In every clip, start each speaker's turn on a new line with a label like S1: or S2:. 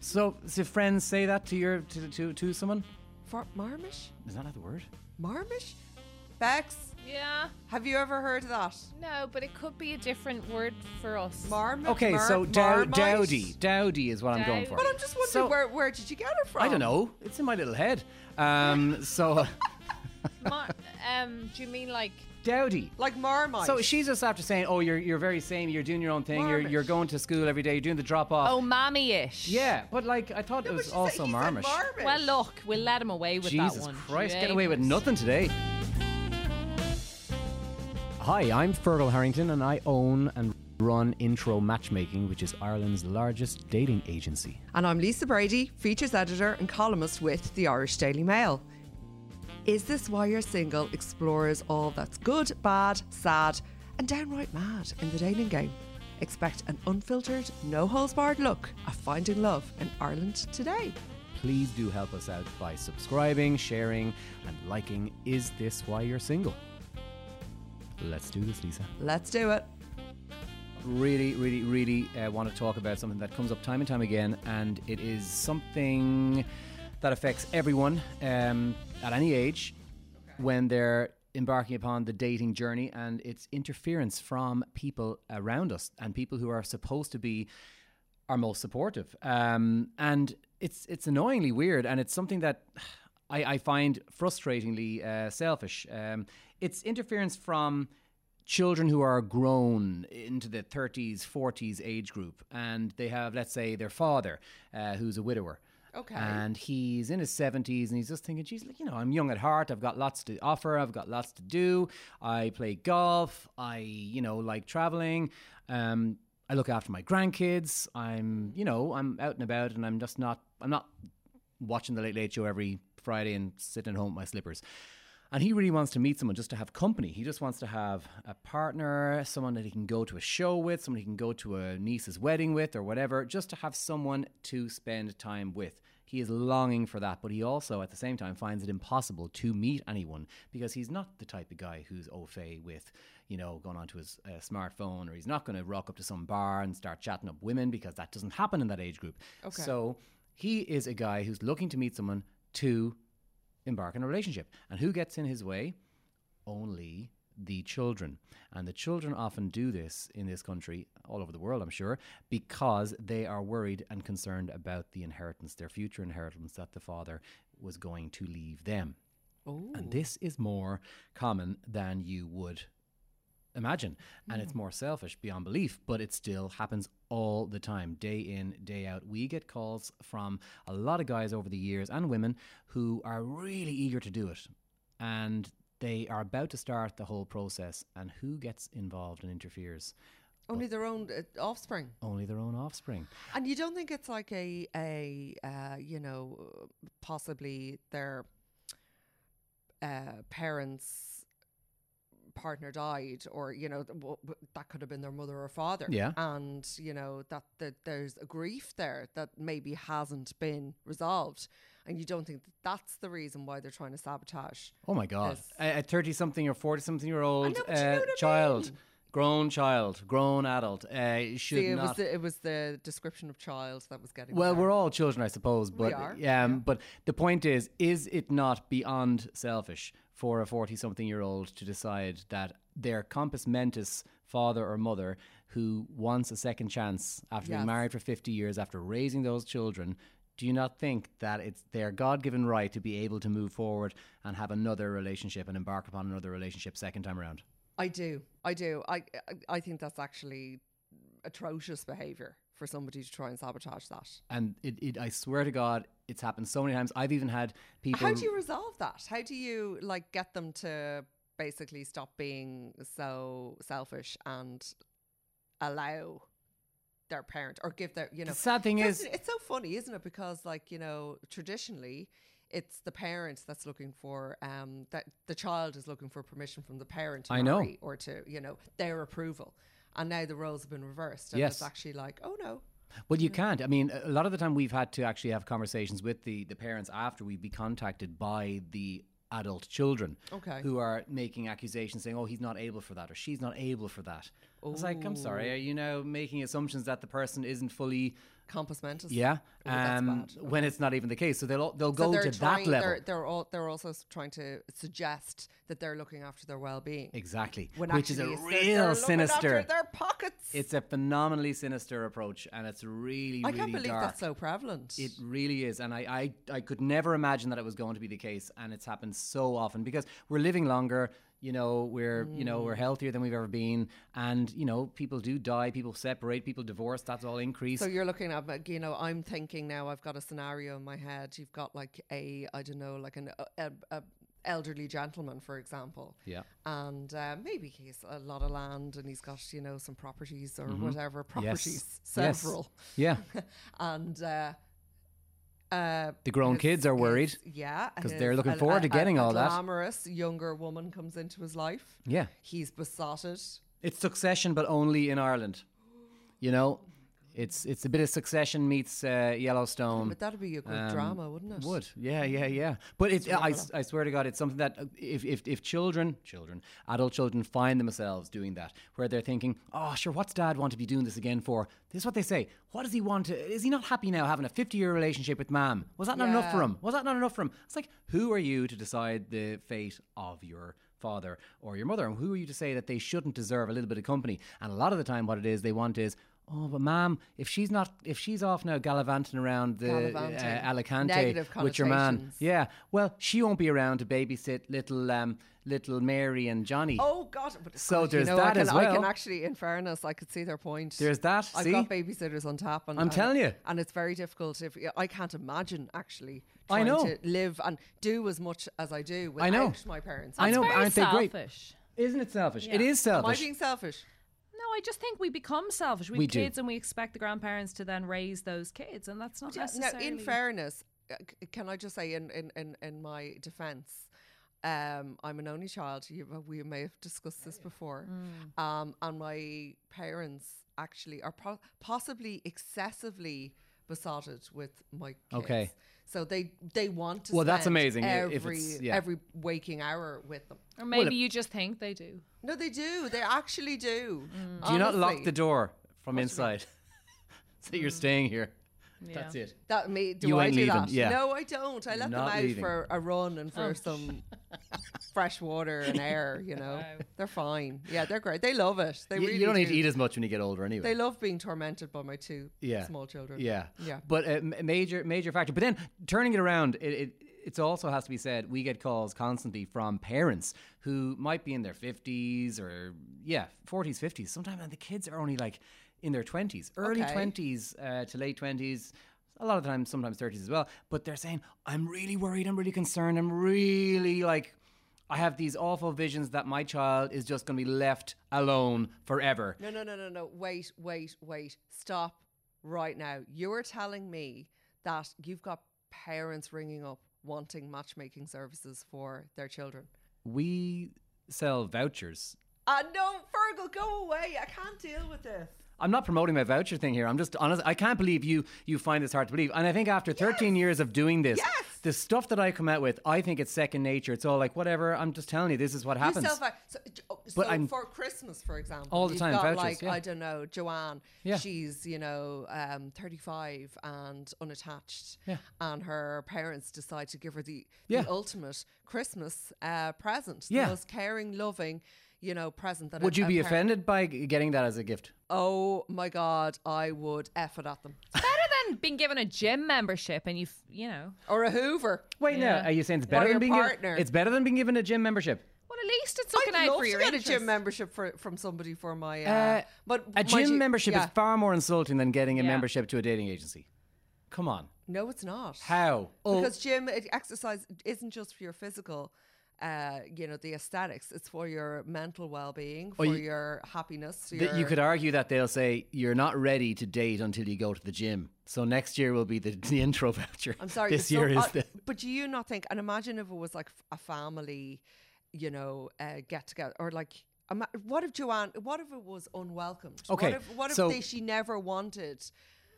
S1: So, so friends say that to your to to, to someone.
S2: For Marmish?
S1: Is that not the word?
S2: Marmish? Bex,
S3: Yeah.
S2: have you ever heard of that?
S3: No, but it could be a different word for us.
S2: Marmish?
S1: Okay,
S2: Mar-
S1: so Dow-
S2: Marmite?
S1: dowdy, dowdy is what I'm going for.
S2: But I'm just wondering
S1: So-
S2: where, where did you get it from?
S1: I don't know. It's in my little head. Um, so
S3: Mar- um, do you mean like
S1: dowdy.
S2: Like Marmite.
S1: So she's just after saying, "Oh, you're you're very same. You're doing your own thing. You're
S2: Marmish.
S1: you're going to school every day. You're doing the drop off."
S3: oh mammy-ish?
S1: yeah. But like, I thought it
S2: But she
S1: was
S2: said-
S1: also
S2: he said
S1: marmish.
S2: Marmish.
S3: Well, look, we'll let him away with that
S1: Jesus
S3: one.
S1: Christ, get away with
S3: James.
S1: nothing today. Hi, I'm Fergal Harrington, and I own and run Intro Matchmaking, which is Ireland's largest dating agency.
S2: And I'm Lisa Brady, features editor and columnist with the Irish Daily Mail. Is this why you're single explores all that's good, bad, sad, and downright mad in the dating game? Expect an unfiltered, no holes barred look at finding love in Ireland today.
S1: Please do help us out by subscribing, sharing, and liking. Is this why you're single? Let's do this, Lisa.
S2: Let's do it.
S1: Really, really, really uh, want to talk about something that comes up time and time again, and it is something that affects everyone um, at any age when they're embarking upon the dating journey, and it's interference from people around us and people who are supposed to be are most supportive. Um, and it's it's annoyingly weird, and it's something that I, I find frustratingly uh, selfish. Um, it's interference from children who are grown into the 30s, 40s age group, and they have, let's say, their father, uh, who's a widower.
S2: Okay.
S1: And he's in his 70s and he's just thinking, geez, like, you know, I'm young at heart. I've got lots to offer. I've got lots to do. I play golf. I, you know, like traveling. Um, I look after my grandkids. I'm, you know, I'm out and about and I'm just not, I'm not watching the Late Late Show every Friday and sitting at home with my slippers. And he really wants to meet someone just to have company. He just wants to have a partner, someone that he can go to a show with, someone he can go to a niece's wedding with, or whatever, just to have someone to spend time with. He is longing for that, but he also, at the same time, finds it impossible to meet anyone because he's not the type of guy who's au fait with, you know, going onto his uh, smartphone, or he's not going to rock up to some bar and start chatting up women because that doesn't happen in that age group.
S2: Okay.
S1: So he is a guy who's looking to meet someone to embark on a relationship. And who gets in his way? Only the children. And the children often do this in this country, all over the world, I'm sure, because they are worried and concerned about the inheritance, their future inheritance that the father was going to leave them. And this is more common than you would imagine. And
S2: Mm.
S1: it's more selfish beyond belief, but it still happens all the time, day in, day out. We get calls from a lot of guys over the years and women who are really eager to do it. And they are about to start the whole process. And who gets involved and interferes?
S2: Only their own uh, offspring.
S1: Only their own offspring.
S2: And you don't think it's like a a uh, you know possibly their uh, parents partner died or you know th- w- w- that could have been their mother or father
S1: Yeah.
S2: and you know that, that there's a grief there that maybe hasn't been resolved and you don't think that that's the reason why they're trying to sabotage
S1: Oh my God.
S2: Yes.
S1: A 30 something or 40 something year old
S2: know, but you know what I
S1: child.
S2: mean.
S1: Grown child, grown adult, uh, should
S2: See, it
S1: not.
S2: was the, it was the description of child that was getting me
S1: Well,
S2: there.
S1: we're all children, I suppose, but
S2: are,
S1: um, but the point is, is it not beyond selfish for a forty-something-year-old to decide that their compass mentis father or mother, who wants a second chance after
S2: Yes.
S1: being married for fifty years, after raising those children, do you not think that it's their God-given right to be able to move forward and have another relationship and embark upon another relationship second time around?
S2: I do. I do. I I- I think that's actually atrocious behavior for somebody to try and sabotage that.
S1: And it, it I swear to God, it's happened so many times. I've even had people.
S2: How do you resolve that? How do you like get them to basically stop being so selfish and allow their parent or give their you know
S1: The sad thing
S2: That's-
S1: is-
S2: it's so funny, isn't it? Because like, you know, traditionally it's the parent that's looking for um that the child is looking for permission from the parent to
S1: I know.
S2: marry or to, you know, their approval. And now the roles have been reversed. And
S1: Yes.
S2: it's actually like, oh no.
S1: Well, you can't. I mean, a a lot of the time we've had to actually have conversations with the, the parents after we've been contacted by the adult children
S2: Okay.
S1: who are making accusations saying, oh, he's not able for that or she's not able for that. It's like, I'm sorry, are you now making assumptions that the person isn't fully
S2: compass mentis.
S1: Yeah,
S2: Ooh, that's
S1: um,
S2: bad.
S1: when it's not even the case, so they'll all- they'll
S2: So
S1: go
S2: they're
S1: to
S2: trying,
S1: that level.
S2: They're, they're, all, they're also s- trying to suggest that they're looking after their well-being,
S1: Exactly,
S2: when
S1: which is a
S2: actually it's- they're- they're
S1: real
S2: looking
S1: sinister.
S2: After their pockets.
S1: It's a phenomenally sinister approach, and it's really,
S2: I
S1: really
S2: can't believe
S1: dark.
S2: that's so prevalent.
S1: It really is, and I, I, I could never imagine that it was going to be the case, and it's happened so often because we're living longer. You know, we're you know we're healthier than we've ever been, and you know people do die, people separate, people divorce. That's all increased.
S2: So you're looking at, like, you know, I'm thinking now. I've got a scenario in my head. You've got like a, I don't know, like an a, a elderly gentleman, for example.
S1: Yeah.
S2: And uh, maybe he's a lot of land, and he's got you know some properties or whatever
S1: Mm-hmm. Yes.
S2: properties,
S1: Yes.
S2: several.
S1: Yeah,
S2: And uh, uh,
S1: the grown
S2: his-
S1: kids are
S2: his-
S1: worried.
S2: yeah,
S1: 'cause
S2: his-
S1: they're looking
S2: a-
S1: forward to
S2: a-
S1: getting
S2: a,
S1: all that.
S2: Glamorous younger woman comes into his life.
S1: Yeah,
S2: He's besotted.
S1: it's Succession, but only in Ireland. You know, it's it's a bit of Succession meets uh, Yellowstone.
S2: But that'd be a good
S1: Um,
S2: drama, wouldn't it?
S1: Would yeah, yeah, yeah. But it's I, s- I swear to God, it's something that uh, if, if if children, children, adult children find themselves doing that, where they're thinking, oh, sure, what's Dad want to be doing this again for? This is what they say. What does he want to? Is he not happy now having a fifty-year relationship with Mam? Was that not enough for
S2: Yeah.
S1: him? Was that not enough for him? It's like who are you to decide the fate of your father or your mother, and who are you to say that they shouldn't deserve a little bit of company? And a lot of the time, what it is they want is. Oh, but ma'am, if she's not, if she's off now gallivanting around the
S2: Gallivanting.
S1: uh, Alicante
S2: Negative
S1: with your man,
S2: connotations.
S1: yeah. Well, she won't be around to babysit little um, little Mary and Johnny.
S2: Oh God! But
S1: So
S2: God,
S1: there's
S2: you know, I
S1: that
S2: can,
S1: as
S2: I
S1: well.
S2: can actually, in fairness, I could see their point.
S1: There's that.
S2: I've
S1: see,
S2: got babysitters on tap, and
S1: I'm
S2: and-
S1: telling you.
S2: and it's very difficult. If I can't imagine actually,
S1: I
S2: trying
S1: know.
S2: to live and do as much as I do without
S1: I know.
S2: my parents.
S1: I know.
S3: Very
S1: but aren't they great?
S3: selfish.
S1: Isn't it selfish? It
S3: Yeah.
S1: is
S2: Am I
S1: selfish.
S2: being selfish?
S3: No, I just think we become selfish. We,
S1: We
S3: have
S1: do.
S3: kids and we expect the grandparents to then raise those kids, and that's not
S2: Now,
S3: necessarily.
S2: Uh, in fairness, uh, c- can I just say, in in in, in my defence, um, I'm an only child. You, uh, we may have discussed this before,
S3: Mm.
S2: um, and my parents actually are po- possibly excessively besotted with my kids.
S1: Okay.
S2: So they they want to
S1: Well, that's
S2: spend
S1: amazing, i-
S2: every
S1: if it's- yeah.
S2: every waking hour with them.
S3: or maybe
S1: it-
S3: you just think they do.
S2: No, they do. They actually do.
S3: Mm.
S1: do you not lock
S2: Honestly. Mm.
S1: the door from inside? so you're staying here. That's it.
S2: That me do
S1: You
S2: I
S1: ain't
S2: do
S1: leaving,
S2: that?
S1: yeah.
S2: No, I don't. I let
S1: Not
S2: them out
S1: leaving.
S2: for a run and for some fresh water and air. You know, they're fine. Yeah, they're great. They love it. They
S1: You,
S2: really
S1: you don't need to
S2: do.
S1: eat as much when you get older, anyway.
S2: They love being tormented by my two
S1: yeah.
S2: small children.
S1: Yeah,
S2: Yeah.
S1: But a m- major, major factor. But then turning it around, it. it it's also has to be said we get calls constantly from parents who might be in their 50s or yeah 40s 50s sometimes and the kids are only like in their 20s early
S2: Okay.
S1: 20s uh, to late 20s a lot of the time sometimes 30s as well but they're saying i'm really worried i'm really concerned i'm really like i have these awful visions that my child is just going to be left alone forever
S2: No, no, no, no, no. Wait, wait, wait. Stop right now. You're telling me that you've got parents ringing up wanting matchmaking services for their children.
S1: we sell vouchers
S2: Ah, no, Fergal, go away. I can't deal with this.
S1: I'm not promoting my voucher thing here. I'm just honest. I can't believe you you find this hard to believe. And I think after 13 years of doing this,
S2: Yes.
S1: the stuff that I come out with, I think it's second nature. It's all like whatever. I'm just telling you, this is what happens.
S2: You sell vou- so, j- oh,
S1: But
S2: so
S1: I'm-
S2: for Christmas, for example,
S1: All the
S2: you've
S1: time,
S2: Got
S1: vouchers,
S2: like
S1: yeah.
S2: I don't know, Joanne.
S1: Yeah.
S2: she's you know um, thirty five and unattached,
S1: Yeah.
S2: and her parents decide to give her the,
S1: Yeah.
S2: the ultimate Christmas uh, present,
S1: Yeah.
S2: the most caring, loving, you know, present that. a-
S1: Would you
S2: a
S1: be
S2: parent-
S1: offended by g- getting that as a gift?
S2: Oh my God, I would f it at them
S3: Better than being given a gym membership and you, f- you know.
S2: or a Hoover.
S1: Wait,
S3: Yeah.
S1: no. Are you saying it's
S2: By
S1: better
S2: your
S1: than being
S2: partner.
S1: Given, it's better than being given a gym membership.
S3: Well, at least it's looking
S2: I'd
S3: out
S2: love
S3: for
S2: to
S3: your
S2: get
S3: interests.
S2: a gym membership for, from somebody for my. Uh,
S1: Uh,
S2: but
S1: A
S2: mind you-
S1: gym membership
S2: yeah.
S1: is far more insulting than getting a
S3: Yeah.
S1: membership to a dating agency. Come on.
S2: no, it's not.
S1: How? Oh,
S2: because gym it- exercise isn't just for your physical uh, you know the aesthetics it's for your mental well-being for
S1: you-
S2: your happiness
S1: that you
S2: your-
S1: could argue that they'll say you're not ready to date until you go to the gym. So next year will be the, the intro voucher.
S2: i'm sorry
S1: This
S2: it's so-
S1: year is
S2: I-
S1: the
S2: but do you not think and imagine if it was like f- a family you know uh, get together or like ima- what if Joanne? What if it was unwelcomed?
S1: Okay,
S2: What if, what if
S1: so-
S2: they, she never wanted?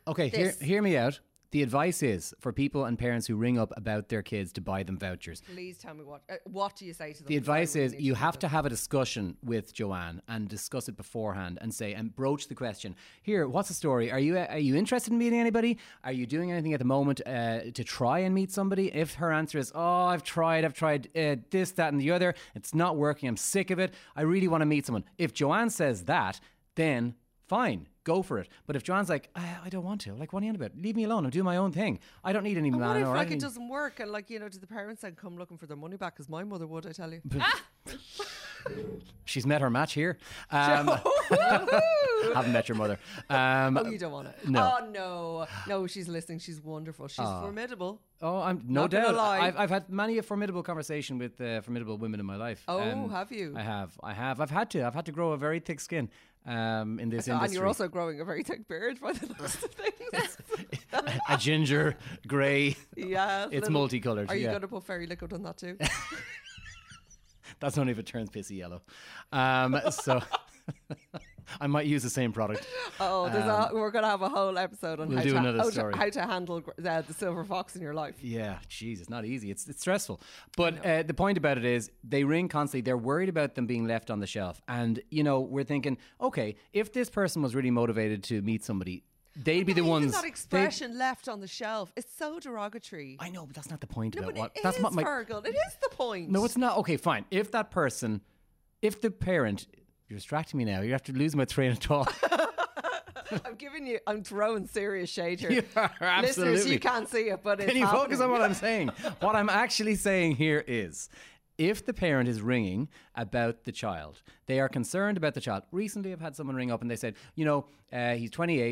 S1: Okay, hear,
S2: this.
S1: hear me out. the advice is for people and parents who ring up about their kids to buy them vouchers.
S2: Please tell me what. Uh, what do you say to them?
S1: The advice
S2: I really
S1: is
S2: need
S1: you
S2: know
S1: have to
S2: this.
S1: have a discussion with Joanne and discuss it beforehand and say and broach the question. Here, what's the story? Are you are you interested in meeting anybody? Are you doing anything at the moment uh, to try and meet somebody? If her answer is, "Oh, I've tried, I've tried uh, this, that, and the other. It's not working. I'm sick of it. I really want to meet someone." If Joanne says that, then fine. Go for it. But if Joanne's like, I, I don't want to, like, what are you on about? Leave me alone. I'm doing my own thing. I don't need any man
S2: What if
S1: or
S2: like it
S1: anything."
S2: doesn't work and like you know, do the parents then come looking for their money back? Because my mother would, I tell you.
S1: She's met her match here. Um, haven't met your mother. Um,
S2: Oh, you don't want it.
S1: No. Ah,
S2: Oh no, no, she's listening. She's wonderful. She's formidable.
S1: Oh, I'm no
S2: Not gonna
S1: doubt.
S2: lie.
S1: I've, I've had many a formidable conversation with uh, formidable women in my life.
S2: Oh, have you?
S1: I have. I have. I've had to. I've had to grow a very thick skin um, in this industry.
S2: And you're also growing a very thick beard by the looks of things.
S1: a ginger, grey.
S2: yeah,
S1: It's
S2: little-
S1: multicoloured,
S2: Are you
S1: yeah.
S2: going to put fairy liquid on that too?
S1: That's only if it turns pissy yellow. Um, so I might use the same product.
S2: Oh, there's a, we're going to have a whole episode
S1: Um,
S2: on
S1: We'll
S2: how,
S1: do
S2: to,
S1: another
S2: how, to-
S1: story.
S2: how to handle gr- uh, the, the silver fox in your life.
S1: Yeah, jeez, it's not easy. It's it's stressful. But uh, the point about it is they ring constantly. They're worried about them being left on the shelf. And you know, we're thinking, okay, if this person was really motivated to meet somebody, they'd be the
S2: Even
S1: ones.
S2: that
S1: they'd-
S2: expression "left on the shelf" it's so derogatory.
S1: I know, but that's not the point
S2: no,
S1: about
S2: but
S1: what.
S2: it
S1: that's
S2: is,
S1: not my.
S2: Fergal. It is the point.
S1: No, it's not. Okay, fine. If that person, if the parent, you're distracting me now. You have to lose my train of thought.
S2: I'm giving you. I'm throwing serious shade here.
S1: You are
S2: Listeners,
S1: absolutely-
S2: you can't see it, but it's
S1: Can you focus on
S2: happening.
S1: what I'm saying? what I'm actually saying here is if the parent is ringing about the child, they are concerned about the child. Recently, I've had someone ring up and they said, you know, uh, he's 28,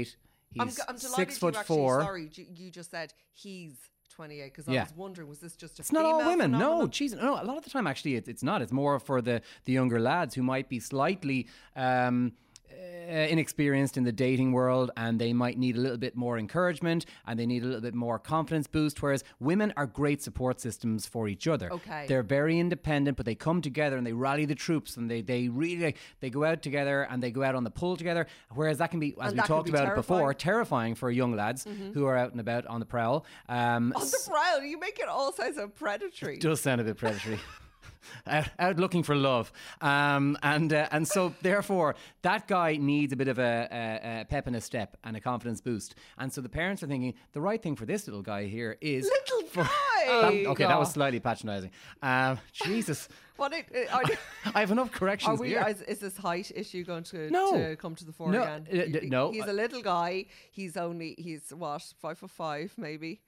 S1: he's
S2: I'm, g- I'm delighted
S1: six foot
S2: you actually,
S1: four.
S2: Sorry, you, you just said he's 28 because I
S1: Yeah.
S2: was wondering, was this just a
S1: It's not all
S2: female
S1: women. No,
S2: phenomenon?
S1: geez, no. A lot of the time, actually, it, it's not. It's more for the the younger lads who might be slightly. Um, uh, inexperienced in the dating world, and they might need a little bit more encouragement, and they need a little bit more confidence boost. Whereas women are great support systems for each other.
S2: Okay.
S1: they're very independent, but they come together and they rally the troops, and they they really they go out together and they go out on the pull together. Whereas that can be, as
S2: And
S1: we
S2: that can
S1: talked
S2: be
S1: about it before,
S2: terrifying. Mm-hmm.
S1: terrifying for young lads who are out and about on the prowl. Um,
S2: On the prowl, you make it all sound so predatory.
S1: does sound a bit predatory. out, out looking for love, um, and uh, and so therefore that guy needs a bit of a, a, a pep in a step and a confidence boost. And so the parents are thinking the right thing for this little guy here is
S2: Little
S1: for- Um,
S2: guy!
S1: okay, that was slightly patronising. Um, Jesus,
S2: What it, uh, are,
S1: I have enough
S2: are
S1: corrections
S2: we?
S1: here.
S2: Is, is this height issue going to,
S1: No.
S2: to come to the fore
S1: No,
S2: again?
S1: uh, d- no.
S2: He's a little guy. He's only he's what five foot five maybe.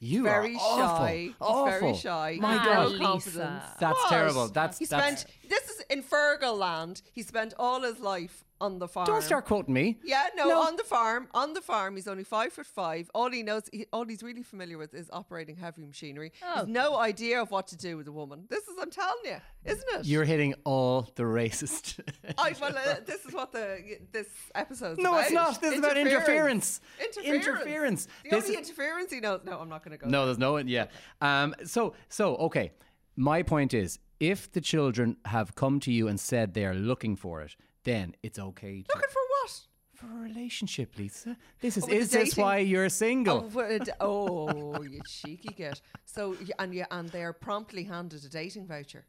S1: you
S2: Very
S1: are awful,
S2: shy. He's
S1: awful.
S2: very shy.
S1: My
S2: He's
S1: God,
S2: no
S3: Lisa.
S2: confidence.
S1: that's
S2: What?
S1: terrible. That's
S2: He
S1: that's.
S2: spent this is in Fergal land. He spent all his life on the farm.
S1: Don't start quoting me.
S2: Yeah, no,
S1: No.
S2: on the farm, on the farm, he's only five foot five. All he knows, he, all he's really familiar with is operating heavy machinery.
S3: Oh.
S2: He's no idea of what to do with a woman. This is, I'm telling you, isn't it?
S1: You're hitting all the racist.
S2: I, well, uh, this is what the this episode's
S1: No,
S2: about.
S1: it's not. This is about interference.
S2: Interference.
S1: Interference.
S2: The
S1: This
S2: only
S1: is-
S2: interference he knows. No, I'm not going to go.
S1: No, there's no one. Yeah. Um, so, so okay. My point is, if the children have come to you and said they are looking for it, then it's okay. To,
S2: Looking for what?
S1: for a relationship, Lisa. This is
S2: Oh, with
S1: is
S2: the
S1: this
S2: dating-
S1: why you're single?
S2: Oh, but it- oh, you cheeky git. So, y- and you, and they are promptly handed a dating voucher.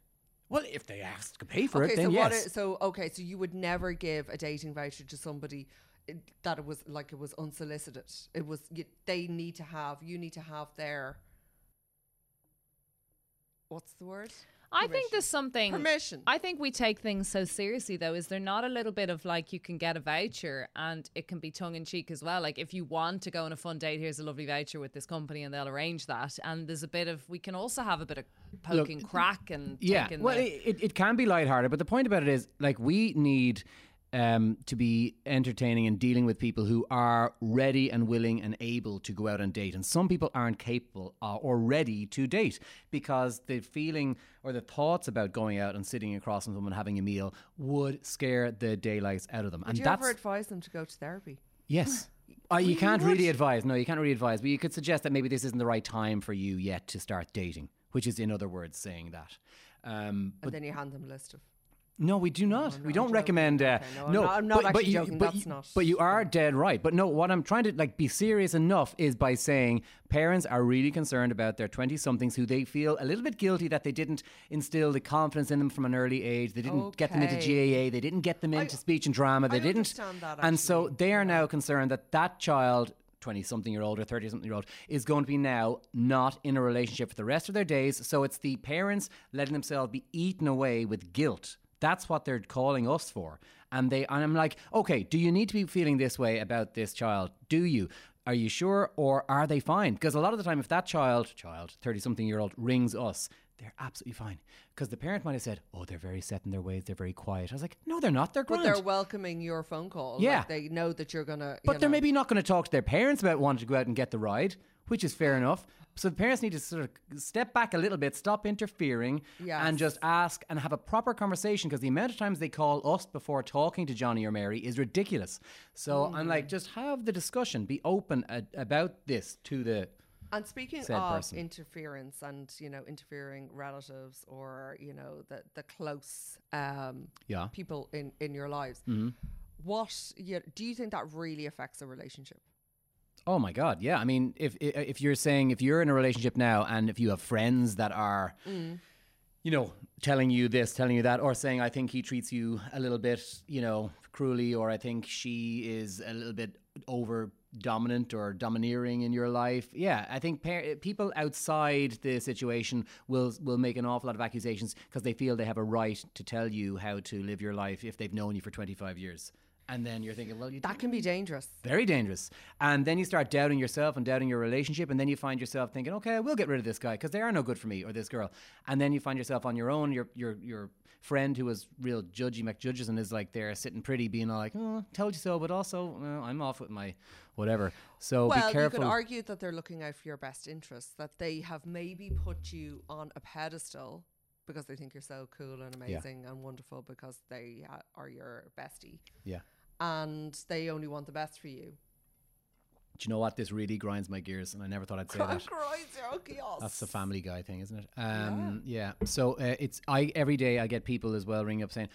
S1: well, if they ask to pay for it,
S2: so
S1: then
S2: what?
S1: yes.
S2: i- so okay, so you would never give a dating voucher to somebody uh, that it was like it was unsolicited. It was you, they need to have you need to have their what's the word?
S3: I think
S2: Permission.
S3: there's something.
S2: Permission.
S3: I think we take things so seriously, though. Is there not a little bit of like you can get a voucher and it can be tongue in cheek as well? Like if you want to go on a fun date, here's a lovely voucher with this company and they'll arrange that. And there's a bit of we can also have a bit of poking crack and
S1: yeah.
S3: taking
S1: Well,
S3: the-
S1: it, it, it can be lighthearted, but the point about it is, like, we need um, to be entertaining and dealing with people who are ready and willing and able to go out and date. And some people aren't capable uh, or ready to date because the feeling or the thoughts about going out and sitting across from someone having a meal would scare the daylights out of them.
S2: Would
S1: and
S2: you
S1: that's
S2: ever advise them to go to therapy?
S1: Yes. Uh, you can't really advise. No, you can't really advise. But you could suggest that maybe this isn't the right time for you yet to start dating, which is, in other words, saying that. Um,
S2: And then you hand them a list of
S1: No, we do not. we don't recommend. Uh,
S2: no, I'm
S1: no,
S2: not- I'm not
S1: but, but
S2: actually
S1: you,
S2: joking,
S1: But
S2: that's
S1: you,
S2: not-
S1: But you are dead right. But no, what I'm trying to like be serious enough is by saying parents are really concerned about their 20 somethings who they feel a little bit guilty that they didn't instill the confidence in them from an early age. They didn't get them into
S2: Okay.
S1: GAA. They didn't get them into speech and drama. They
S2: I
S1: didn't.
S2: understand that,
S1: And so
S2: actually.
S1: they are now concerned that that child. 20 something year old or 30 something year old is going to be now not in a relationship for the rest of their days. So it's the parents letting themselves be eaten away with guilt. That's what they're calling us for. And they and I'm like, okay, do you need to be feeling this way about this child? Do you? Are you sure or are they fine? Because a lot of the time if that child, child, 30 something year old rings us, they're absolutely fine. Because the parent might have said, "Oh, they're very set in their ways. They're very quiet." I was like, "No, they're not. They're
S2: But
S1: grand."
S2: they're welcoming your phone call. like,
S1: Yeah.
S2: they know that you're gonna. you
S1: But they're
S2: know.
S1: maybe not going to talk to their parents about wanting to go out and get the ride, which is fair enough. So the parents need to sort of step back a little bit, stop interfering,
S2: Yes.
S1: and just ask and have a proper conversation because the amount of times they call us before talking to Johnny or Mary is ridiculous. So I'm like,
S2: Mm.
S1: just have the discussion, be open a- about this to the.
S2: And speaking
S1: said
S2: of
S1: person.
S2: interference and you know interfering relatives or you know the the close um,
S1: Yeah.
S2: people in in your lives,
S1: Mm-hmm.
S2: what you, do you think that really affects a relationship?
S1: Oh my God! Yeah, I mean, if i- if you're saying if you're in a relationship now and if you have friends that are, you know, telling you this, telling you that, or saying I think he treats you a little bit, you know, cruelly, or I think she is a little bit over dominant or domineering in your life. Yeah, I think par- people outside the situation will will make an awful lot of accusations because they feel they have a right to tell you how to live your life if they've known you for 25 years. And then you're thinking, well, you
S2: That can be dangerous.
S1: very dangerous. And then you start doubting yourself and doubting your relationship, and then you find yourself thinking, okay, I will get rid of this guy because they are no good for me or this girl. And then you find yourself on your own, your your your friend who is real judgy McJudges and is like there sitting pretty, being like, oh, told you so, but also uh, I'm off with my whatever. So
S2: well,
S1: Oh, be
S2: you could
S1: careful.
S2: argue that they're looking out for your best interests, that they have maybe put you on a pedestal because they think you're so cool and amazing and wonderful because they uh, are your bestie
S1: yeah.
S2: and they only want the best for you.
S1: Do you know what? This really grinds my gears, and I never thought I'd say that.
S2: Christ, you're okay, yes.
S1: That's the Family Guy thing, isn't it? Um, yeah. So uh, it's I every day I get people as well ringing up saying,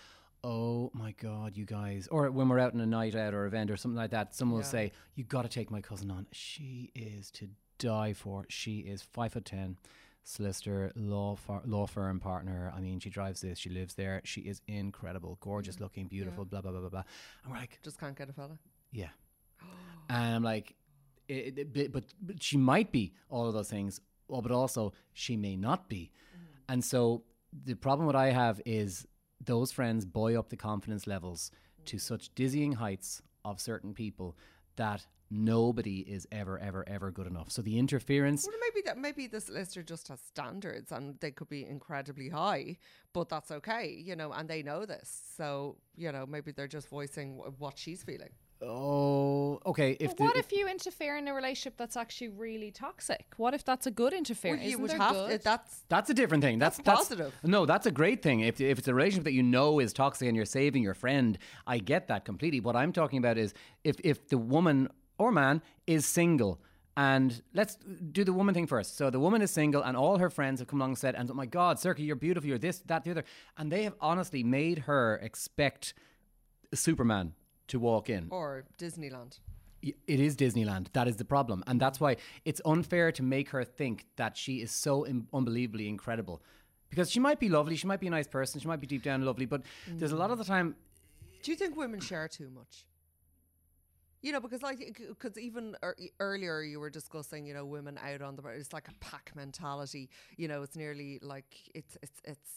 S1: "Oh my God, you guys!" Or when we're out on a night out or event or something like that, someone will say, "You got to take my cousin on. She is to die for. She is five foot ten, solicitor, law fir- law firm partner. I mean, she drives this. She lives there. She is incredible, gorgeous looking, beautiful. Blah blah blah blah blah." And we're like,
S2: Just can't get a fella.
S1: yeah. and I'm Um, like, it, it- but, but, but she might be all of those things, oh, but also she may not be. And so the problem what I have is those friends buoy up the confidence levels to such dizzying heights of certain people that nobody is ever, ever, ever good enough. So the interference,
S2: Well, maybe that maybe this lister just has standards and they could be incredibly high, but that's okay, you know, and they know this. So, you know, maybe they're just voicing wh- what she's feeling.
S1: oh, okay. If
S3: But what
S1: the,
S3: if you interfere in a relationship that's actually really toxic? What if that's a good interference?
S2: you
S3: Isn't
S2: would
S3: there
S2: have
S3: good?
S2: it- that's
S1: That's a different thing. That's,
S2: That's
S1: that's
S2: positive.
S1: No, that's a great thing. If, if it's a relationship that you know is toxic and you're saving your friend, I get that completely. What I'm talking about is if if the woman or man is single. And let's do the woman thing first. So the woman is single, and all her friends have come along and said, "And oh my God, Circa, you're beautiful. You're this, that, the other." And they have honestly made her expect Superman to walk in.
S2: or Disneyland.
S1: Y- it is Disneyland. That is the problem. And that's why it's unfair to make her think that she is so Im- unbelievably incredible. Because she might be lovely, she might be a nice person, she might be deep down lovely, but there's a lot of the time.
S2: Do you think women share too much? You know, because like, because even ear- earlier you were discussing, you know, women out on the road. It's like a pack mentality. You know, it's nearly like it's it's it's.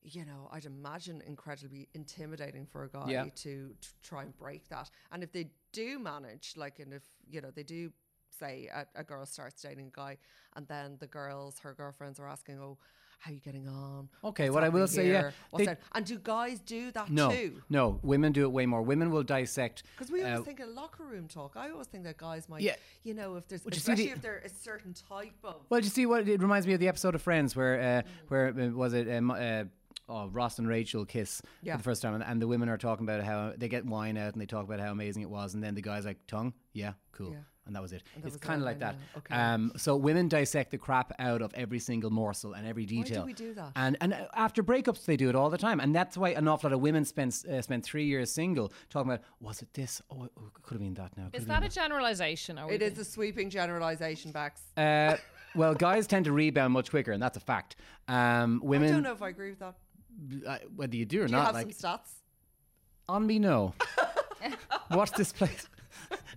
S2: You know, I'd imagine incredibly intimidating for a guy
S1: Yeah.
S2: to, to try and break that. And if they do manage, like, and if you know they do say a, a girl starts dating a guy, and then the girls, her girlfriends, are asking, "Oh, how are you getting on?
S1: Okay, what I will say, yeah,
S2: What's
S1: they-
S2: that? And do guys do that
S1: No,
S2: too?
S1: no, women do it way more. Women will dissect.
S2: Because we always
S1: uh,
S2: think of locker room talk. I always think that guys might,
S1: Yeah.
S2: you know, if there's,
S1: Well, you see
S2: especially
S1: the-
S2: if they're a certain type of.
S1: Well, do you see what it reminds me of the episode of Friends where uh, where uh, was it? Um, uh, oh, Ross and Rachel kiss
S2: Yeah.
S1: for the first time, and, and the women are talking about how they get wine out and they talk about how amazing it was, and then the guy's like, "Tongue, yeah, cool,"
S2: Yeah.
S1: and that was it.
S2: that
S1: it's
S2: was
S1: kind
S2: it,
S1: of like
S2: I
S1: that.
S2: know. Okay.
S1: Um, so women dissect the crap out of every single morsel and every
S2: do
S1: detail.
S2: we do that?
S1: And and uh, after breakups, they do it all the time, and that's why an awful lot of women spend uh, spend three years single talking about was it this? Oh, it could have been that. Now
S3: Is that a generalization? Are we
S2: It is a sweeping generalization, Bax.
S1: Uh, well, guys tend to rebound much quicker, and that's a fact. Um,
S2: I don't
S1: women,
S2: know if I agree with that.
S1: uh, whether you do or
S2: Do you
S1: not,
S2: have
S1: like
S2: some stats?
S1: on me, no. Watch this place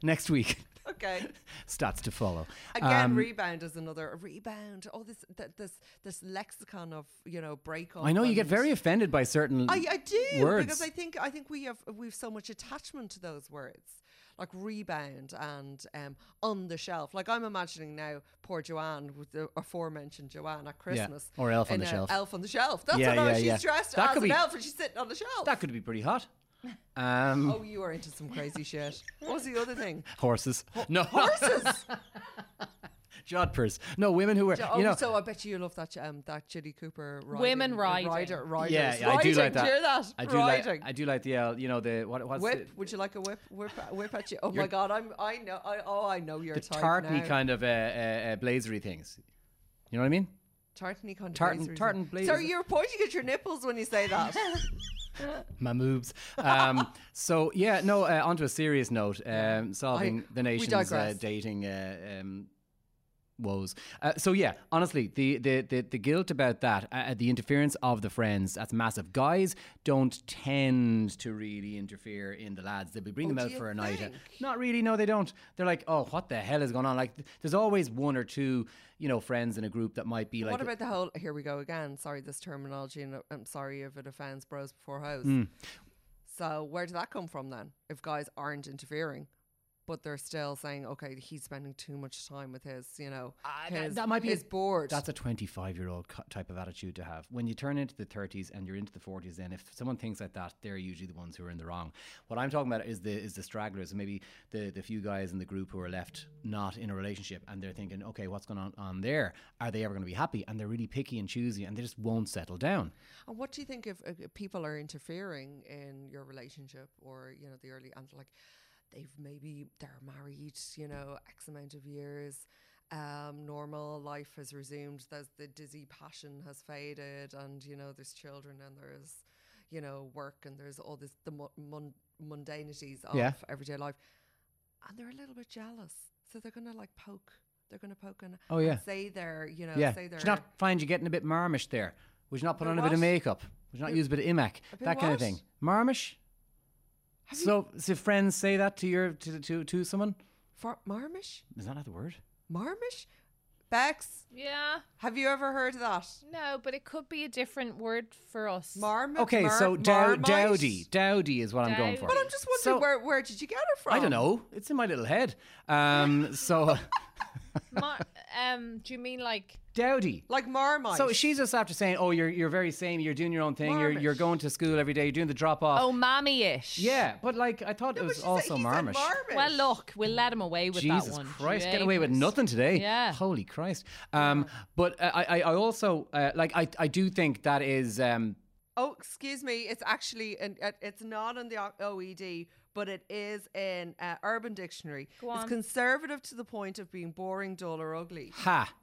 S1: next week.
S2: Okay.
S1: Stats to follow. Um,
S2: Again, rebound is another rebound. Oh, this th- this this lexicon of you know breakup.
S1: Um, I know you get
S2: and-
S1: very offended by certain.
S2: I, I do
S1: words.
S2: because I think I think we have we've so much attachment to those words like rebound and um, on the shelf. Like I'm imagining now, poor Joanne with the aforementioned Joanne at Christmas
S1: or Elf on
S2: in
S1: the
S2: a
S1: Shelf.
S2: Elf on the shelf. That's
S1: Yeah,
S2: what I
S1: yeah,
S2: she's
S1: yeah.
S2: dressed
S1: That
S2: as
S1: could
S2: an
S1: be-
S2: elf and she's sitting on the shelf.
S1: that could be pretty hot. Um,
S2: oh, you are into some crazy shit. What was the other thing?
S1: Horses. No,
S2: Horses.
S1: jodhpurs. No, women who were.
S2: Oh,
S1: you know,
S2: so I bet you love that um, that Judy Cooper riding,
S3: Women
S2: uh,
S3: riding.
S2: rider riders.
S1: yeah, yeah, I do like
S2: Riding,
S1: that.
S2: Do you hear that?
S1: I do
S2: riding.
S1: like. I do like the. Uh, you know the what? What's
S2: Whip?
S1: the,
S2: Would you like a whip? Whip, whip at you? Oh my God! I'm. I know. I, oh, I know your
S1: the
S2: type
S1: tartany
S2: now.
S1: kind of uh, uh, uh, blazery things? You know what I mean?
S2: Tartany kind. of
S1: Tartan-
S2: blazer, is it?
S1: tartan blazer.
S2: Sorry, you're pointing at your nipples when you say that.
S1: my moves. Um, so yeah, no. Uh, onto a serious note, um, solving the nation's uh,
S2: digress.
S1: dating uh, um, woes. Uh, so yeah, honestly, the the the, the guilt about that, uh, the interference of the friends, that's massive. Guys don't tend to really interfere in the lads. They'll be bringing
S2: Oh,
S1: them out
S2: do you
S1: for a night. out.
S2: think?
S1: Not really. No, they don't. They're like, oh, what the hell is going on? Like, th- there's always one or two, you know, friends in a group that might be like.
S2: what about the whole? Here we go again. Sorry, this terminology, and I'm sorry if it offends bros before hoes.
S1: Hmm.
S2: So where did that come from then? If guys aren't interfering, but they're still saying, okay, he's spending too much time with his, you know,
S1: Ah, that-
S2: his-
S1: that might be
S2: his
S1: a-
S2: board.
S1: That's a 25 year old type of attitude to have. When you turn into the 30s and you're into the 40s, then if someone thinks like that, they're usually the ones who are in the wrong. What I'm talking about is the is the stragglers, and maybe the the few guys in the group who are left not in a relationship, and they're thinking, okay, what's going on on there? Are they ever going to be happy? And they're really picky and choosy, and they just won't settle down.
S2: And what do you think if uh, uh, people are interfering in your relationship or, you know, the early, and like they've maybe, they're married, you know, X amount of years, um, normal life has resumed, there's the dizzy passion has faded, and, you know, there's children and there's, you know, work and there's all this, the mu- mun- mundanities of
S1: Yeah.
S2: everyday life. And they're a little bit jealous. So they're going to like poke. They're going to poke and,
S1: Oh,
S2: and
S1: yeah.
S2: say they're, you know,
S1: yeah,
S2: say
S1: do
S2: they're.
S1: you not find you getting a bit marmish there? Would you not put on a bit of
S2: what?
S1: makeup? Would you not use a bit of imac?
S2: bit
S1: That kind of
S2: what?
S1: thing. Marmish. So, so friends say that to your to to to someone.
S2: Far- Marmish?
S1: Is that not the word?
S2: Marmish? Bex,
S3: Yeah.
S2: have you ever heard of that?
S3: No, but it could be a different word for us.
S2: Marmish?
S1: Okay, so dow- dowdy, dowdy is what I'm going for.
S2: But I'm just wondering
S1: So-
S2: where, where did you get it from?
S1: I don't know. It's in my little head. Um, so
S3: Mar- um, do you mean like
S1: dowdy.
S2: Like Marmite.
S1: So she's just after saying, "Oh, you're you're very same. You're doing your own thing. You're you're
S2: Marmish.
S1: going to school every day. You're doing the drop off."
S3: oh mammy ish?
S1: yeah, but like I thought it
S2: But
S1: was
S2: she said-
S1: also
S2: he said
S1: marmish.
S2: Marmish.
S3: Well, look, we'll let him away with that
S1: Jesus
S3: one.
S1: Christ, get away with nothing today.
S3: Yeah.
S1: Holy Christ. Um, But I, I, I also uh, like I, I do think that is um,
S2: Oh, excuse me. It's actually, an, it- it's not in the O- OED, but it is in uh, Urban Dictionary. It's
S3: on.
S2: conservative to the point of being boring, dull, or ugly.
S1: ha,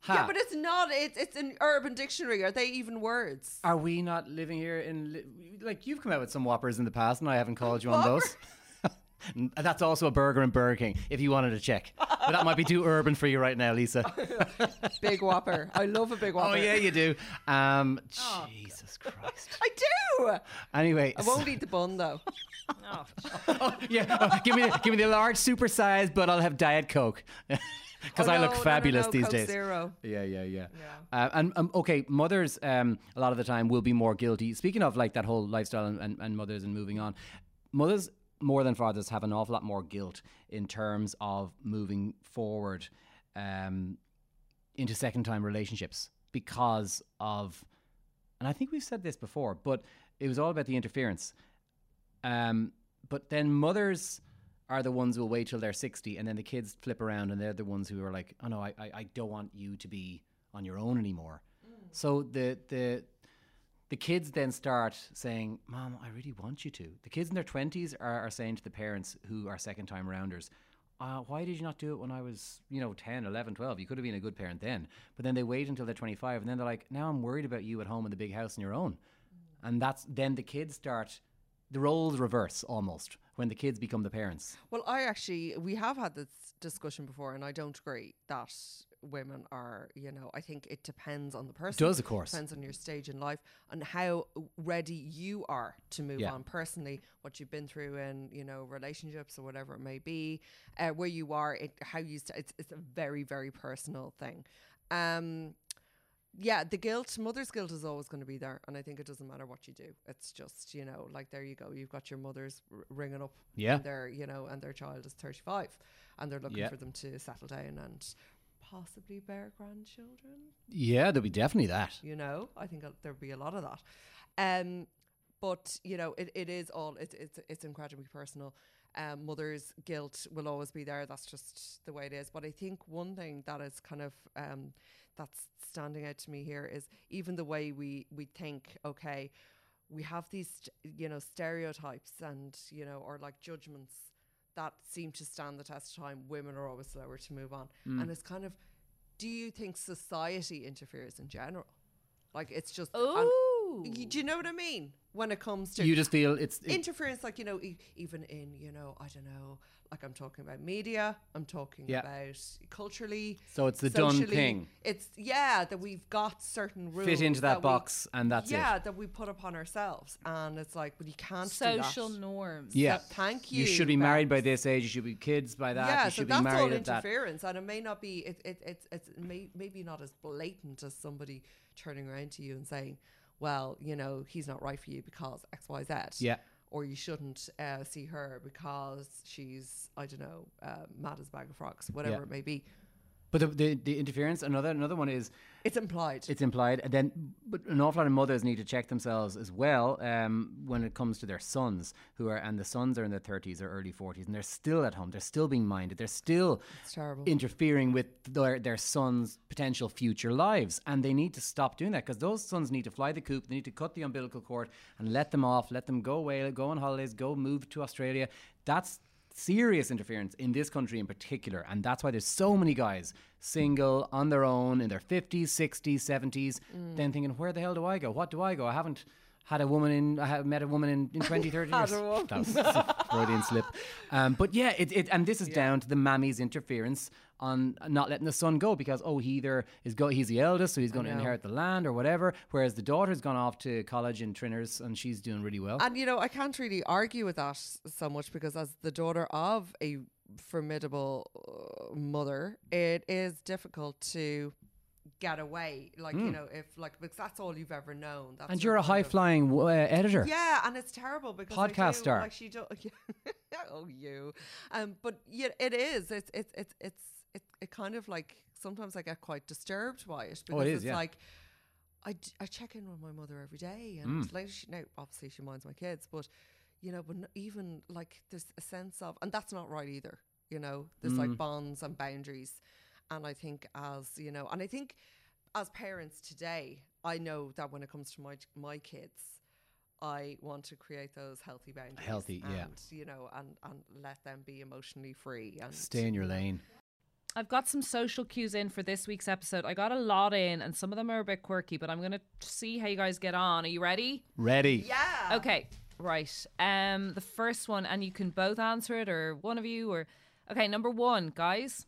S1: ha.
S2: Yeah, but it's not. It's it's in Urban Dictionary. Are they even words?
S1: Are we not living here in li- like you've come out with some whoppers in the past, and I haven't called you on those. N- That's also a burger and Burger King, if you wanted to check. But that might be too urban for you right now, Lisa.
S2: Big Whopper. I love a Big Whopper.
S1: oh yeah, you do. Um, Jesus Christ.
S2: I do.
S1: Anyway,
S2: Oh. I won't eat the bun though.
S1: oh, yeah, oh, give me give me the large, supersized, but I'll have Diet Coke because I
S2: Oh,
S1: look
S2: no, no, no,
S1: fabulous
S2: no,
S1: these
S2: Coke
S1: days.
S2: Zero.
S1: Yeah, yeah, yeah. Uh, and um, okay, mothers um, a lot of the time will be more guilty. Speaking of like that whole lifestyle and, and, and mothers and moving on, mothers more than fathers have an awful lot more guilt in terms of moving forward um, into second time relationships because of, and I think we've said this before, but it was all about the interference. Um, but then mothers are the ones who will wait till they're 60 and then the kids flip around and they're the ones who are like, oh no, I, I, I don't want you to be on your own anymore. So the, the, the kids then start saying, Mom, I really want you to. The kids in their 20s are, are saying to the parents who are second time rounders, uh, why did you not do it when I was, you know, 10, 11, 12? You could have been a good parent then. But then they wait until they're 25 and then they're like, now I'm worried about you at home in the big house on your own. And that's then the kids start, the roles reverse almost when the kids become the parents.
S2: Well, I actually, we have had this discussion before, and I don't agree that women are, you know, I think it depends on the person.
S1: Does, of course.
S2: Depends on your stage in life and how ready you are to move
S1: Yeah.
S2: on personally, what you've been through in, you know, relationships or whatever it may be, uh, where you are, it, how you, st- it's, it's a very, very personal thing. Um, yeah, the guilt, mother's guilt is always going to be there. And I think it doesn't matter what you do. It's just, you know, like there you go. You've got your mother's r- ringing up.
S1: Yeah.
S2: And they're, you know, and their child is 35 and they're looking
S1: Yeah.
S2: for them to settle down and possibly bear grandchildren.
S1: Yeah, there'll be definitely that.
S2: You know, I think there'll be a lot of that. Um, but you know, it, it is all it's it's it's incredibly personal. Um, mother's guilt will always be there. That's just the way it is. But I think one thing that is kind of um, that's standing out to me here is even the way we we think. Okay, we have these st- you know stereotypes and you know or like judgments that seem to stand the test of time. Women are always slower to move on,
S1: Hmm.
S2: and it's kind of. Do you think society interferes in general? Like it's just and-
S3: Oh,
S2: Y- Do you know what I mean? When it comes to
S1: You just feel it's. it-
S2: interference, like, you know, e- even in, you know, I don't know, like I'm talking about media, I'm talking
S1: Yeah.
S2: about culturally.
S1: So it's the done
S2: socially.
S1: thing.
S2: It's, yeah, that we've got certain rules.
S1: fit into that,
S2: we-
S1: box and that's
S2: yeah,
S1: it.
S2: that we put upon ourselves. And it's like, well, you can't
S3: social
S2: do that.
S3: norms.
S1: Yeah.
S2: So thank you.
S1: You should be married by
S2: Babs.
S1: this age. You should be kids by that.
S2: Yeah,
S1: you
S2: so
S1: should
S2: that's
S1: be married
S2: all
S1: at that.
S2: interference, and it may not be. It, it, it's it's may, maybe not as blatant as somebody turning around to you and saying, "Well, you know, he's not right for you because X, Y, Z."
S1: Yeah.
S2: Or you shouldn't uh, see her because she's I don't know, uh, mad as a bag of frogs, whatever
S1: Yeah.
S2: it may be.
S1: But the, the, the interference, another another one is
S2: It's implied.
S1: it's implied, and then but an awful lot of mothers need to check themselves as well um, when it comes to their sons who are and the sons are in their thirties or early forties, and they're still at home. They're still being minded. They're still
S2: It's terrible.
S1: interfering with their their sons' potential future lives, and they need to stop doing that because those sons need to fly the coop. They need to cut the umbilical cord and let them off. Let them go away. Go on holidays. Go move to Australia. That's serious interference in this country in particular, and that's why there's so many guys single on their own in their 50s, 60s, 70s, then thinking, where the hell do I go? What do I go? I haven't. Had a woman in, I have met a woman in, in 20, 30 years.
S2: a woman.
S1: That was a Freudian slip. Um, but yeah, it, it and this is down to the mammy's interference on not letting the son go because oh he either is go he's the eldest so he's going to
S2: know.
S1: inherit the land or whatever, whereas the daughter's gone off to college in Trinners and she's doing really well.
S2: And you know, I can't really argue with that s- so much because as the daughter of a formidable uh, mother, it is difficult to get away. Like you know, if like because that's all you've ever known. That's
S1: Hmm. and
S2: your
S1: you're a
S2: kind
S1: high
S2: of-
S1: flying uh, editor.
S2: yeah, and it's terrible because I
S1: Podcast
S2: do,
S1: star.
S2: Like she do, oh you, um, but yeah, it is. It's it's it's it's it, it kind of like sometimes I get quite disturbed by it because
S1: Oh, it is,
S2: it's
S1: yeah.
S2: like. I, d- I check in with my mother every day, and
S1: Mm.
S2: like she now obviously she minds my kids, but you know, but n- even like there's a sense of, and that's not right either. You know, there's
S1: Mm.
S2: like bonds and boundaries, and I think as you know, and I think as parents today, I know that when it comes to my my kids, I want to create those healthy boundaries.
S1: Healthy,
S2: and,
S1: yeah.
S2: You know, and and let them be emotionally free and
S1: Stay in your lane.
S3: I've got some social cues in for this week's episode. I got a lot in, and some of them are a bit quirky, but I'm going to see how you guys get on. Are you ready?
S1: Ready.
S2: yeah.
S3: Okay, right. Um, the first one, and you can both answer it, or one of you, or okay. Number one, guys.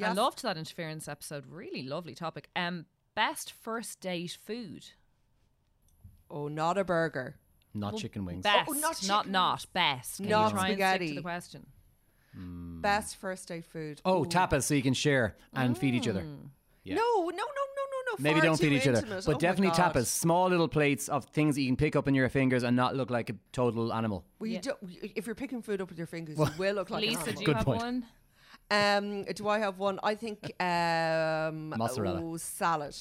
S3: I
S2: Yes.
S3: loved that interference episode. Really lovely topic. Um, best first date food.
S2: Oh, not a burger.
S1: Not chicken wings.
S3: Best,
S2: Oh, not
S3: not
S2: chicken
S3: not, best. Can you
S2: Not
S3: try and stick
S2: spaghetti.
S3: to the question.
S2: Best first date food.
S1: Mm. Oh,
S2: Ooh.
S1: tapas so you can share and feed each other.
S2: Mm.
S1: Yeah.
S2: No, no, no, no, no, no.
S1: Maybe
S2: far
S1: don't feed
S2: too
S1: each other,
S2: intimate.
S1: but
S2: Oh my
S1: definitely
S2: God.
S1: tapas, small little plates of things that you can pick up in your fingers and not look like a total animal.
S2: Well, you
S3: Yeah.
S2: don't- y- if you're picking food up with your fingers, you will look like an
S3: Lisa, do
S2: animal.
S3: you
S1: Good
S3: have
S1: point.
S3: one?
S2: Um, do I have one? I think um,
S1: Mozzarella.
S2: Oh, salad.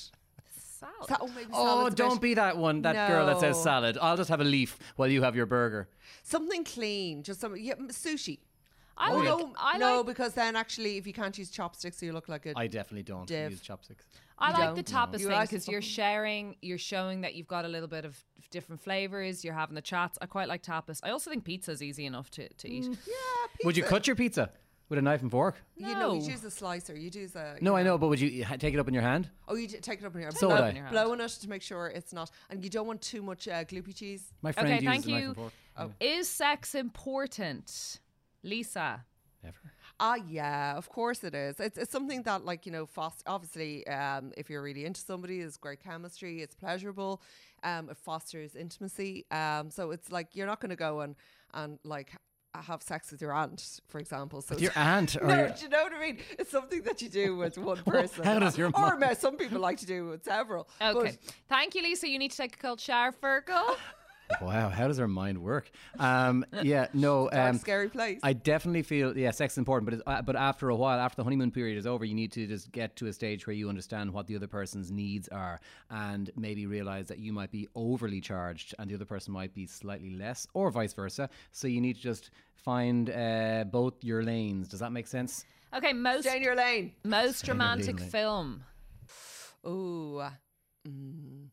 S3: Salad.
S2: Sa- oh, maybe
S1: Oh,
S2: salad's a
S1: don't
S2: bit-
S1: be that one, that girl that says
S2: No.
S1: salad. I'll just have a leaf while you have your burger.
S2: something clean. Just some yeah, m- sushi.
S3: I
S2: Oh,
S3: like.
S2: no,
S3: I
S2: no,
S3: like.
S2: because then actually, if you can't use chopsticks, you look like a.
S1: I definitely don't
S2: Div.
S1: use chopsticks.
S3: I
S2: You
S3: like the
S2: don't know.
S3: tapas thing
S2: You like
S3: because
S2: the
S3: you're
S2: fucking-
S3: sharing, you're showing that you've got a little bit of different flavors. You're having the chats. I quite like tapas. I also think pizza is easy enough to, to eat.
S2: yeah,
S1: Would you
S2: pizza.
S1: cut your pizza with a knife and fork?
S2: You know, you
S3: No.
S2: use a slicer. You use a.
S1: No, I know, but would you ha- take it up in your hand?
S2: Oh, you d- take it up in your hand.
S1: So would I.
S3: your hand.
S2: blowing it to make sure it's not, and you don't want too much uh, gloopy cheese.
S1: My friend
S3: Okay,
S1: uses
S3: thank
S1: a knife
S3: you. Oh,
S1: and fork.
S3: Is sex important, Lisa?
S1: Never.
S2: Ah, yeah, of course it is. It's, it's something that, like, you know, foster, obviously, um, if you're really into somebody, there's great chemistry, it's pleasurable, um, it fosters intimacy. Um, so it's like you're not going to go and, and like, ha- have sex with your aunt, for example. So
S1: With
S2: it's-
S1: your aunt or
S2: no,
S1: your-
S2: do you know what I mean? It's something that you do with one person.
S1: how does your
S2: or
S1: mom-
S2: ma- some people like to do with several. but-
S3: Okay. Thank you, Lisa. You need to take a cold shower, Fergal.
S1: Wow, how does her mind work? Um, yeah, no.
S2: dark,
S1: Um,
S2: scary place.
S1: I definitely feel yeah, sex is important, but it's, uh, but after a while, after the honeymoon period is over, you need to just get to a stage where you understand what the other person's needs are, and maybe realize that you might be overly charged, and the other person might be slightly less, or vice versa. So you need to just find uh, both your lanes. Does that make sense?
S3: Okay, most
S2: Stay in your lane.
S3: most romantic
S1: Lane.
S3: film.
S2: Ooh. Mm.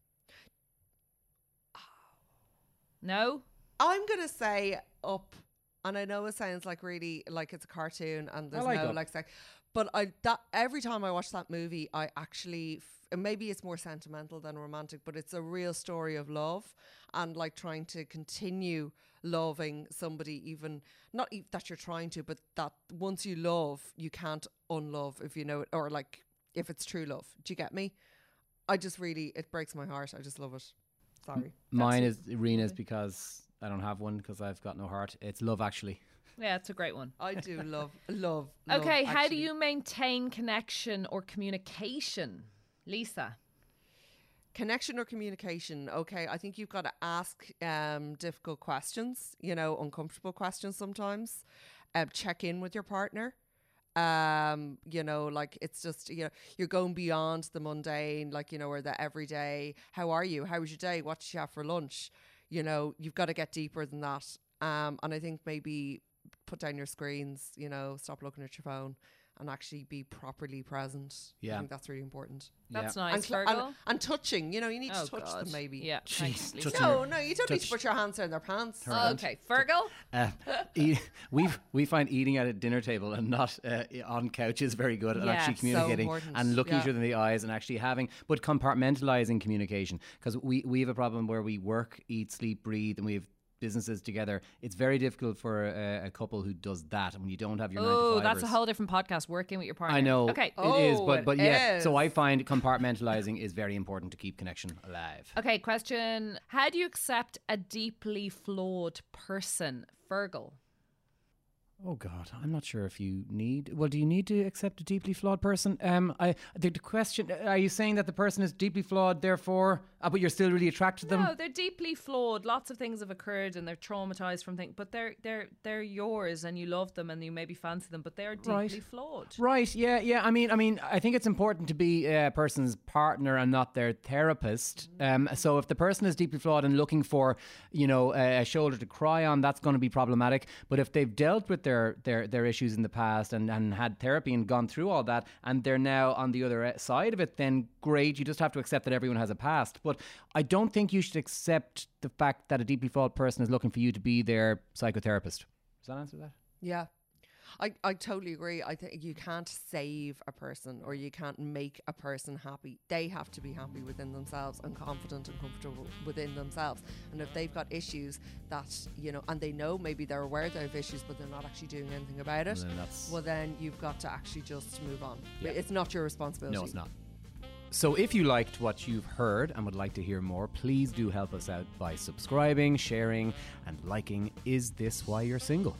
S3: No.
S2: I'm gonna say up, and I know it sounds like really like it's a cartoon and there's
S1: like
S2: no
S1: Up.
S2: like sex, but I that every time I watch that movie, I actually f- and maybe it's more sentimental than romantic, but it's a real story of love and like trying to continue loving somebody, even not e- that you're trying to, but that once you love, you can't unlove if you know it, or like if it's true love. Do you get me? I just really it breaks my heart. I just love it. Sorry.
S1: Mine is Rena's because I don't have one because I've got no heart. It's Love Actually.
S3: Yeah, it's a great one.
S2: I do love, love. love,
S3: Okay, how do
S2: actually.
S3: you maintain connection or communication, Lisa?
S2: connection or communication okay i think you've got to ask um, difficult questions you know uncomfortable questions sometimes um, check in with your partner um you know like it's just you know you're going beyond the mundane like you know or the everyday how are you how was your day what did you have for lunch you know you've got to get deeper than that um and i think maybe put down your screens you know stop looking at your phone and actually be properly present
S1: Yeah.
S2: i think that's really important
S3: That's
S1: Yeah.
S3: nice,
S2: and, cl-
S3: Fergal.
S2: and, and touching. You know, you need
S3: oh
S2: to touch
S3: God.
S2: them maybe.
S3: Yeah. thanks,
S1: Jeez,
S3: Lisa.
S1: touching
S2: No, no, you don't need
S1: Touch-
S2: to put your hands down their pants.
S3: Oh, okay, Fergal.
S1: Uh, eat, we we find eating at a dinner table and not uh, on couches very good and
S3: Yeah,
S1: actually
S3: so
S1: communicating
S2: important.
S1: and looking each
S2: Yeah.
S1: other in the eyes and actually having but compartmentalizing communication because we we have a problem where we work, eat, sleep, breathe, and we have businesses together. It's very difficult for a, a couple who does that and when you don't have your nine
S3: Oh,
S1: to
S3: that's a
S1: fivers.
S3: whole different podcast. Working with your partner.
S1: I know
S3: Okay.
S1: it is,
S2: Oh,
S1: but
S2: it
S1: but yeah. So
S2: is.
S1: I find compartmentalizing is very important to keep connection alive.
S3: Okay. Question: How do you accept a deeply flawed person, Fergal?
S1: Oh God, I'm not sure if you need. Well, do you need to accept a deeply flawed person? Um, I the, the question: Are you saying that the person is deeply flawed, therefore, uh, but you're still really attracted to them?
S3: No, they're deeply flawed. Lots of things have occurred, and they're traumatized from things. But they're they're they're yours, and you love them, and you maybe fancy them. But they are deeply
S1: Right.
S3: flawed.
S1: Right? Yeah, yeah. I mean, I mean, I think it's important to be a person's partner and not their therapist. Um, so if the person is deeply flawed and looking for, you know, a, a shoulder to cry on, that's going to be problematic. But if they've dealt with their their their issues in the past and and had therapy and gone through all that, and they're now on the other e- side of it, then great. You just have to accept that everyone has a past. But I don't think you should accept the fact that a deeply flawed person is looking for you to be their psychotherapist. Does that answer that?
S2: Yeah. I, I totally agree. I think you can't save a person or you can't make a person happy. They have to be happy within themselves and confident and comfortable within themselves. And if they've got issues that, you know, and they know maybe they're aware they have issues, but they're not actually doing anything about it,
S1: Well, then that's-
S2: well, then you've got to actually just move on.
S1: Yeah.
S2: It's not your responsibility.
S1: No, it's not. So, if you liked what you've heard and would like to hear more, please do help us out by subscribing, sharing, and liking Is This Why You're Single?